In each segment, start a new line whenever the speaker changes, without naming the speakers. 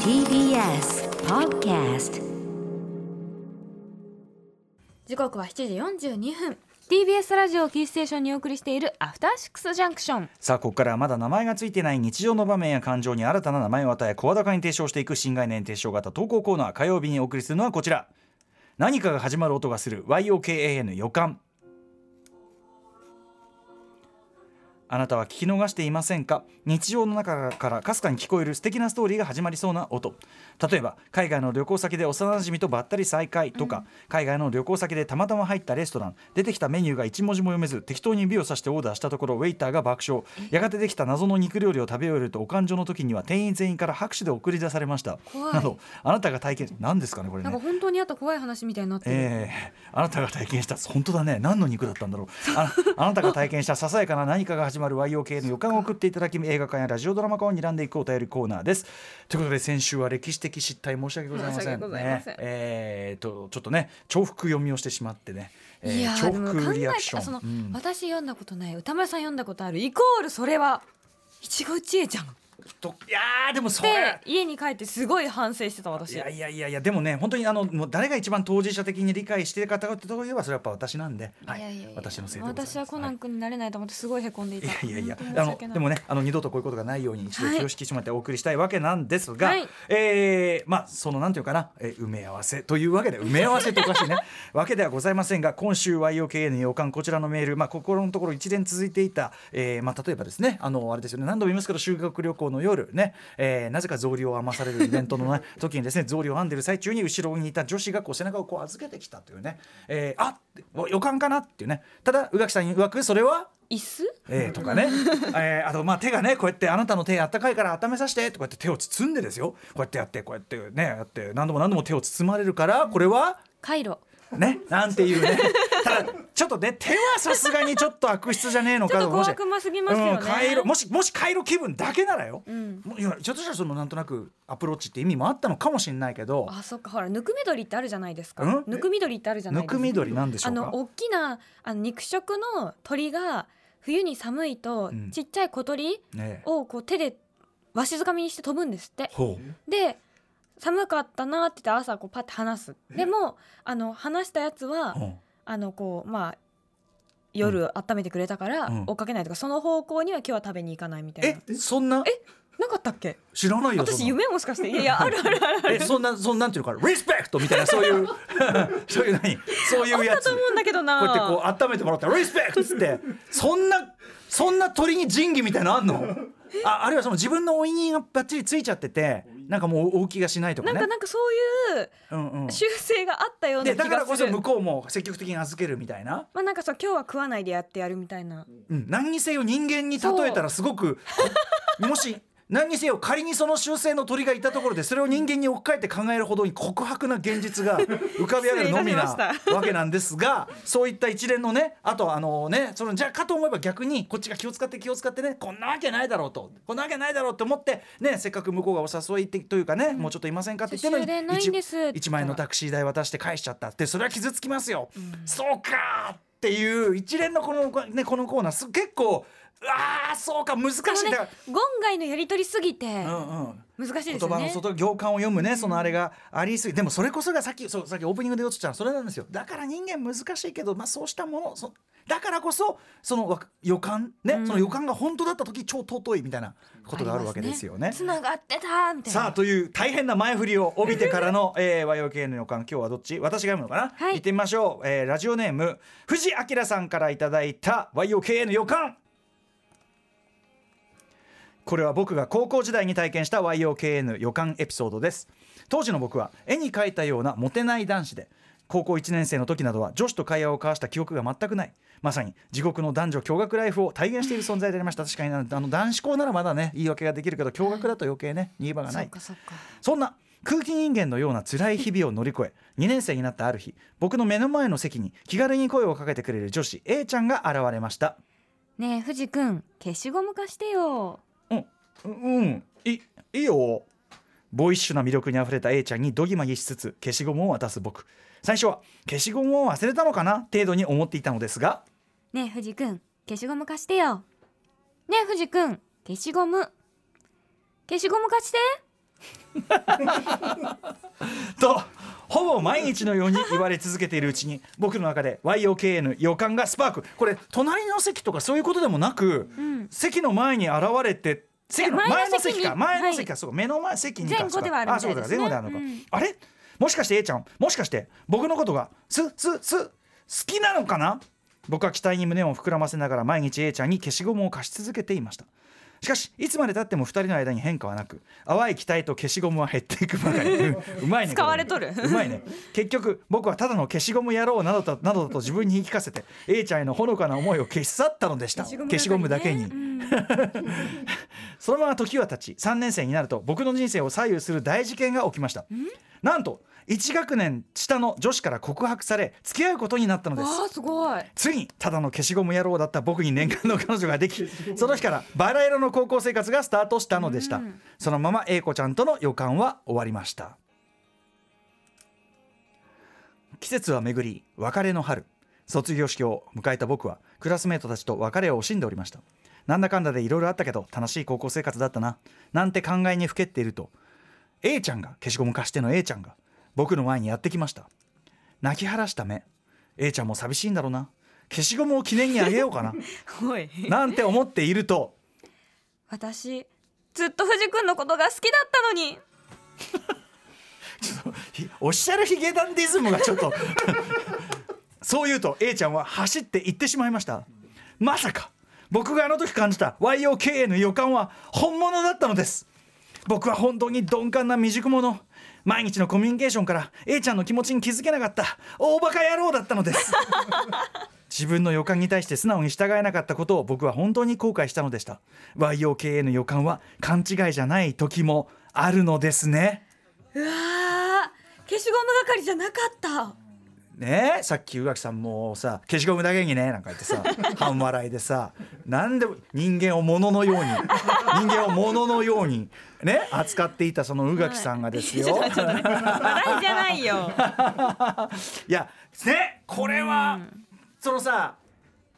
TBS Podcast
時刻は7時42分 TBS ラジオをキーステーションにお送りしているアフターシックスジャンクション
さあここからはまだ名前がついてない日常の場面や感情に新たな名前を与え声高に提唱していく新概念提唱型投稿コーナー火曜日にお送りするのはこちら何かが始まる音がする YOKAN 予感あなたは聞き逃していませんか日常の中からかすかに聞こえる素敵なストーリーが始まりそうな音例えば海外の旅行先で幼なじみとばったり再会とか、海外の旅行先でたまたま入ったレストラン出てきたメニューが一文字も読めず適当に指をさしてオーダーしたところウェイターが爆笑やがてできた謎の肉料理を食べ終えるとお勘定の時には店員全員から拍手で送り出されました
怖い
などあなたが体験何ですかねこれ
な
ね
んか本当にあった怖い話みたいになってる、
ええあなたが体験した本当だね何の肉だったんだろうあなあなたが体験したささやかな何かが始まる YOK の予感を送っていただき映画館やラジオドラマ化を睨んでいくお便りコーナーですということで先週は歴史的失態申し訳ございま
申し
せん
訳ございません
ねえーとちょっとね重複読みをしてしまってね、えー
いやー
重
でも考
複
え
リ
た
ア
ら
クション
その、
うん
私読んだことない歌丸さん読んだことあるイコールそれは一期一会じゃんっ
といやーでもそ
て
れ
家に帰ってすごい反省してた私
いやいやいやいやでもね本当にあのもう誰が一番当事者的に理解している方かってところではそれはやっぱ私なんで、はい
いやいやいや
私のせいでございます
私はコナン君になれないと思ってすごいへこんでいた
いやいやいや
本、当
あ
に申し
の
訳ない
でもね、あの二度とこういうことがないように一度
はい
気を引き締めてお送りしたいわけなんですが、
はい
えーまあそのなんていうかな、えー埋め合わせというわけで埋め合わせとおか しいねわけではございませんが、今週 YOKA の予感こちらのメール、まあ心のところ一連続いていた、えーまあ例えばですね、あのあれですよね、何度も言いますけど修学旅行の夜ね、えーなぜか草履を編まされるイベントの、ね、時にですね、草履を編んでる最中に後ろにいた女子がこう背中をこう預けてきたというね、えーあ予感かなっていうね、ただ宇垣さん曰くそれは
椅子
えー、とか ね、えーあとまあ手がねこうやってあなたの手あったかいから温めさせてとかやって手を包んでですよこうやってやってこうやってねやって何度も何度も手を包まれるからこれは
カイロ
ねなんてい うねただちょっとね手はさすがにちょっと悪質じゃねえの
ちょ
か
っと
もし
小悪魔すぎますよね、
うん、回路もしもし回路気分だけならよ、
うん
もういやちょっとしたらそのなんとなくアプローチって意味もあったのかもしれないけど
あそっかほらぬくみ取りってあるじゃないですか
うん
ぬくみ取りってあるじゃない
ぬ
ですか
くみどりなんでしょ
あ
う
の
か
大きなあの肉食の鳥が冬に寒いと、
うん
ちっちゃい小鳥
ねえ
をこう手でわしづかみにして飛ぶんですって
ほ
で寒かったなって言って朝こうパッて離すでもあの離したやつは、
う、うん
あのこうまあ夜温めてくれたから
うん
追っかけないとか、その方向には今日は食べに行かないみたいな
えそんな
なかったっけ
知らないよそんな
私夢もしかしていやいやあるあるあるあ
え
る
そんなそんなんていうのかなリスペクトみたいなそういう そういう何そういうや
だ
つ
と
こ
思うんだけどな
うやってこう温めてもらってリスペクトっつってそんなそんな鳥に仁義みたいなのあんのああるいはその自分のおいにがばっちりついちゃっててなんかもう大きがしないとか
なん
ね
かなんかそういう
うんうん、
修正があったような
で
気が
だ
する
からこそ向こうも積極的に預けるみたいな、
まあなんかそう今日は食わないでやってやるみたいな
うん、何にせよ人間に例えたらす ごくもし何にせよ仮にその習性の鳥がいたところでそれを人間に置き換えて考えるほどに告白な現実 が浮かび上がるのみな
失礼いたしまし
わけなんですがそういった一連のねあとあのねそのじゃあかと思えば逆にこっちが気を使って気を使ってねこんなわけないだろうとこんなわけないだろうと思ってねせっかく向こうがお誘いというかね、もうちょっといませんかって言ってるのに
終電ないん
一
ですって
一万円のタクシー代渡して返しちゃったってそれは傷つきますよ、そうかーっていう一連のこの,、ね、このコーナーす結構ああそうか難しい
このね
だから
言外のやり取りすぎて難
うんうん
しいですよね
言葉の外行間を読むねそのあれがありすぎでもそれこそがさっきそうさっきオープニングで言おうとしたのそれなんですよだから人間難しいけど、まあ、そうしたものそだからこそそのわ予感ね、
うん
その予感が本当だった時超尊いみたいなことがあるわけですよね
つながってたみたいな
さあという大変な前振りを帯びてからの、 えー、和洋系の予感今日はどっち私が読むのかな、
はい
行ってみましょう、えーラジオネーム藤明さんからいただいた和洋系の予感これは僕が高校時代に体験した YOKN 予感エピソードです当時の僕は絵に描いたようなモテない男子で高校1年生の時などは女子と会話を交わした記憶が全くないまさに地獄の男女共学ライフを体現している存在でありました確かにあのあの男子校ならまだね言い訳ができるけど共学だと余計ね逃げ場が
そ
な
っ
い
かそっか
そんな空気人間のような辛い日々を乗り越え2年生になったある日僕の目の前の席に気軽に声をかけてくれる女子 A ちゃんが現れました
ねえ藤君消しゴム貸してよ
ううんいいいよボーイッシュな魅力にあふれた A ちゃんにどぎまぎしつつ消しゴムを渡す僕最初は消しゴムを忘れたのかな程度に思っていたのですが
ねえ藤君消しゴム貸してよねえ藤君消しゴム消しゴム貸して
とほぼ毎日のように言われ続けているうちに僕の中で YOKN 予感がスパークこれ隣の席とかそういうことでもなく、
ん
席の前に現れて席の
いや
前
前の
の席
席に
か前の席
は
かそうか目の前席にか
前後ではあるみたいですね
そうか前後であるのか、
うん
あれもしかして A ちゃんもしかして僕のことがすすす好きなのかな僕は期待に胸を膨らませながら毎日 A ちゃんに消しゴムを貸し続けていましたしかしいつまでたっても2人の間に変化はなく淡い期待と消しゴムは減っていくばかりうんうまいね
使われとる
これうまいね結局僕はただの消しゴム野郎などとなどと自分に言い聞かせて A ちゃんへのほのかな思いを消し去ったのでした消しゴムだけに
う。ん
そのまま時は経ち3年生になると僕の人生を左右する大事件が起きましたなんと1学年下の女子から告白され付き合うことになったのです
わあすごい
ついにただの消しゴム野郎だった僕に念願の彼女が できその日からバラ色の高校生活がスタートしたのでした、
うん
そのまま英子ちゃんとの予感は終わりました季節は巡り別れの春卒業式を迎えた僕はクラスメートたちと別れを惜しんでおりましたなんだかんだでいろいろあったけど楽しい高校生活だったななんて考えにふけっていると A ちゃんが消しゴム貸しての A ちゃんが僕の前にやってきました泣き晴らした目 A ちゃんも寂しいんだろうな消しゴムを記念にあげようかな
おい
なんて思っていると
私ずっと藤君のことが好きだったのに
ひおっしゃるヒゲダンディズムがちょっと そう言うと A ちゃんは走って行ってしまいましたまさか僕があの時感じた YOKA の予感は本物だったのです僕は本当に鈍感な未熟者毎日のコミュニケーションから A ちゃんの気持ちに気づけなかった大バカ野郎だったのです 自分の予感に対して素直に従えなかったことを僕は本当に後悔したのでした YOKA の予感は勘違いじゃない時もあるのですね
うわあ消しゴム係じゃなかった
ねえさっき宇垣さんもさ「消しゴムだけにね」なんか言って さ半笑いでさなんで人間を物のように人間を物のようにね扱っていたその宇垣さんがですよ。
はいちょ っと待ってちょっと待って笑いじゃないよ
いやねこれはそのさ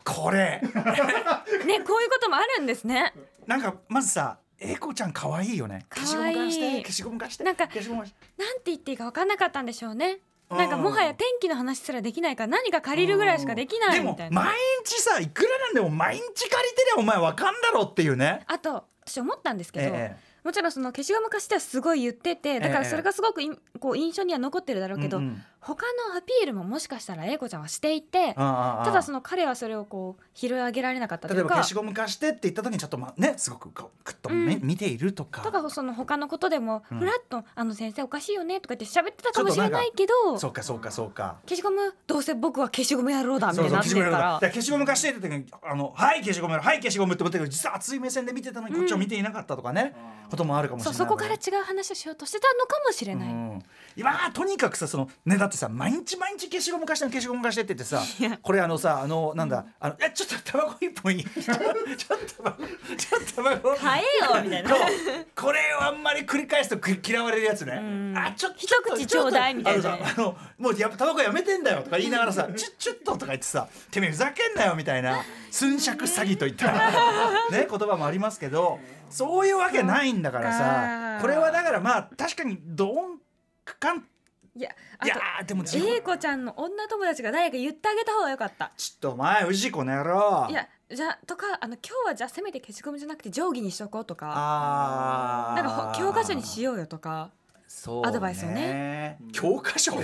これ
ねこういうこともあるんですね
なんかまずさ英子ちゃん可愛いよね。
可愛い
消しゴム貸して消しゴム貸して
なんか
消しゴム貸して
なんて言っていいか分かんなかったんでしょうね
うん
なんかもはや天気の話すらできないから何か借りるぐらいしかできない
で
み
も
たいな
毎日さいくらなんでも毎日借りてりゃお前わかんだろっていうね。
あと私思ったんですけど、
ええ
もちろんその消しゴム貸してはすごい言っててだからそれがすごくいんこう印象には残ってるだろうけど、
うんうん
他のアピールももしかしたら英子ちゃんはしていて
ああああ
ただその彼はそれをこう拾い上げられなかったと
例
い
え
う
ば
か
消しゴム貸してって言った時にちょっとまあねすごくこうクッとめ、
うん
見ているとか
とかその他のことでも
うん
ふらっと「あの先生おかしいよね」とか言って喋ってたかもしれないけど
そうかそうかそうか
消しゴムどうせ僕は消しゴム野郎だみたいになって
消しゴム
る
や
か
ろうだからら消しゴム貸してって時にあのはい消しゴムやろうはい消しゴムって思ってるけど実は熱い目線で見てたのにこっちを見ていなかったとかね、こともあるかもしれ
そ
な
う
い
そこから違う話をしようとしてたのかもしれない。
うん今とにかくさそのねだってさ毎日毎日消しゴム貸して消しゴム貸してって言ってさこれあのさあのなんだあのいやちょっとタバコ一本いい ちょっとタバコちょっとタバコ
買えよみたいな
そうこれをあんまり繰り返すとく嫌われるやつねあちょ
一口ちょうだいみたいな
あのさあのもうやっぱタバコやめてんだよとか言いながらさちょちょっととか言ってさてめえふざけんなよみたいな寸尺詐欺といったね言葉もありますけどそういうわけないんだから
そっ
さ
か
これはだからまあ確かにどんかん
いやあ
いや
と
ーでも自分
英子ちゃんの女友達が誰か言ってあげた方がよかった。
ちょっとお前藤子の野郎
いやじゃあとかあの今日はじゃあせめて消しゴムじゃなくて定規にしとこうとか
あ
な
ー
んかほ教科書にしようよとか
そう
アドバイスをね
教科書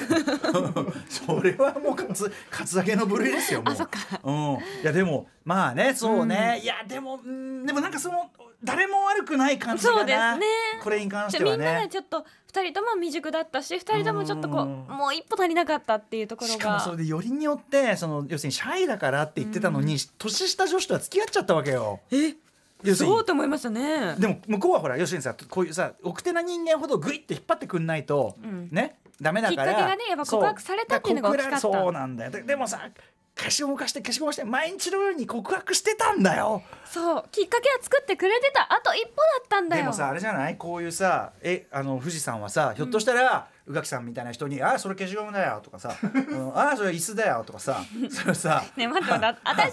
それはもうかつかつだけの部類ですよもう
あそっか
うん、いやでもまあねそうね、いやでもうんでもなんかその誰も悪くない感じがな
そうですね
これに関し
じゃ
て
あみ
は
んなで
ね
ちょっと2人とも未熟だったし2人ともちょっとこう
うん
もう一歩足りなかったっていうところが
しかもそれでよりによってその要するにシャイだからって言ってたのに、年下女子とは付き合っちゃったわけよ。
え
要するに
そうと思いましたね
でも向こうはほら要するにさこういうさ奥手な人間ほどグイって引っ張ってくんないと、
ん
ねダメだから
きっかけがねやっぱ告白されたっていうのが大きかった
そうだら告白そうなんだよででもさ消しゴム貸して消しゴム貸して毎日のように告白してたんだよ
そうきっかけは作ってくれてたあと一歩だったんだよ
でもさあれじゃないこういうさえあの富士山はさひょっとしたら、宇垣さんみたいな人に「ああそれ消しゴムだよ」とかさ 「うん、ああそれ椅子だよ」とかさそれさ
ね待って待 って私は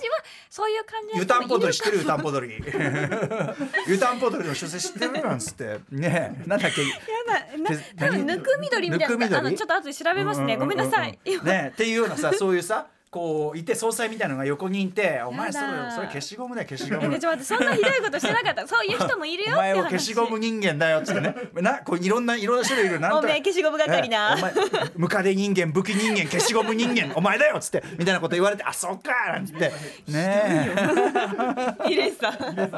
そういう感じの
湯
人
た
も
んぽ
いる
鳥知ってる湯たんぽ鳥湯たんぽ鳥の出世知ってるなんつってねえなんだっけ
やだな
手
多分
何
ぬくみどりみたい
ぬくみど
な
り
あのちょっと後で調べますね、
うんうんうんう
ごめ
ん
んなさい、今
ねっていうような さそういうさこういて総裁みたいなのが横にいて「お前それそれ消しゴムだよ消しゴ
え
ム
で」ちょっと待ってそんなひどいことしてなかったそういう人もいる
お
よって
前
話
は消しゴム人間だよっつってねなこういろんないろんな種類いるなん
お
と
めえ消しゴム係な、
ええお前ムカデ人間武器人間消しゴム人間お前だよっつってみたいなこと言われて「あそっか」なんつってね
イレさん
え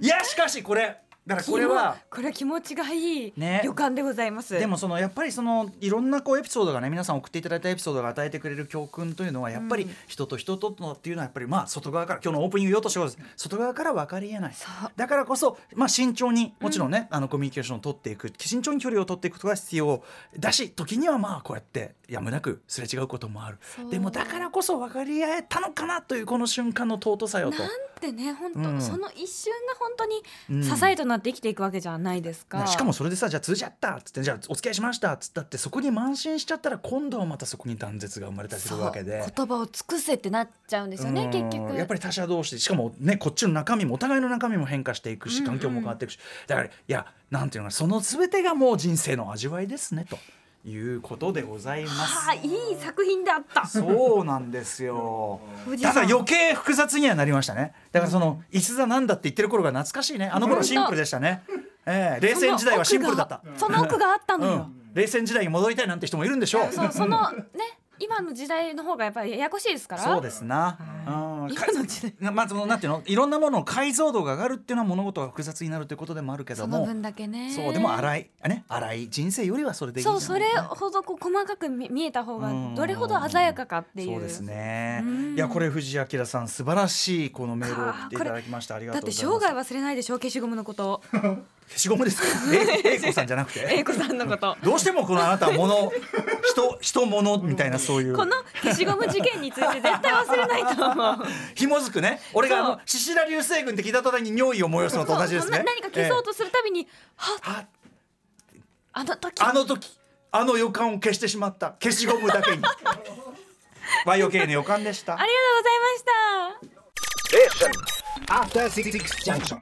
いやしかしこれだからこれは。
これは気持ちがいい
ね
予感でございます、
でもそのやっぱりそのいろんなこうエピソードがね皆さん送っていただいたエピソードが与えてくれる教訓というのはやっぱり人と人とのっていうのはやっぱりまあ外側から今日のオープニング言おうとしてます外側から分かりえないだからこそまあ慎重にもちろんね、あのコミュニケーションを取っていく慎重に距離を取っていくことが必要だし時にはまあこうやってやむなくすれ違うこともある
う
でもだからこそ分かり合えたのかなというこの瞬間の尊さよと
なん。てね本当、
うん
その一瞬が本当
うん
に支えとなって生きていくわけじゃないですか、
ねしかもそれでさじゃあ通じ合ったっつってじゃあお付き合いしましたっつったってそこに慢心しちゃったら今度はまたそこに断絶が生まれたりす
そ
る
う
わけで。
言葉を尽くせってなっちゃうんですよね
うん
結局
やっぱり他者同士しかもねこっちの中身もお互いの中身も変化していくし環境も変わっていくし、だからいやなんていうのかなその全てがもう人生の味わいですねということでございます
はあ。いい作品だった
そうなんで すよ。
藤
た
さ
だ
ん
余計複雑にはなりましたね。だからその椅子座なんだって言ってる頃が懐かしいね。あの頃シンプルでしたね。ええ冷戦時代はシンプルだった。
その奥がその奥があったの
う
よ、
ん、冷戦時代に戻りたいなんて人もいるんでしょう。
そうそのね今の時代の方がやっぱりややこしいですから
そうですな。うんか
今の時代
まあ、そのなんていうのいろんなものの解像度が上がるっていうのは物事が複雑になるということでもあるけど
その
も
分だけね
そうでも荒いあね荒い人生よりはそれでいいんじゃ
そ
な
う
い
それほどこう細かく見見えた方が
うん
どれほど鮮やかかっていう
そうですね
うん
いやこれ藤井明さん素晴らしいこのメールを送っていただきましたありが
だっ
とうご
て
ざい
生
ます
涯忘れないでしょ消しゴムの こと
消しゴムですか え英子さんじゃなく
英
て
子さんのこと
どうしてもこのあなたは物人人物みたいなそういう
この消しゴム事件について絶対忘れないと思う
紐づくね俺があ
そう
の獅子羅流星群って聞いた途端に尿意を催すのと同じです
そ
ね
う何か消そうとするたびに、はっ
ええあ
あの時
あの時あの予感を消してしまった消しゴムだ けに YOK の予感でした
ありがとうございました
After Six Junction.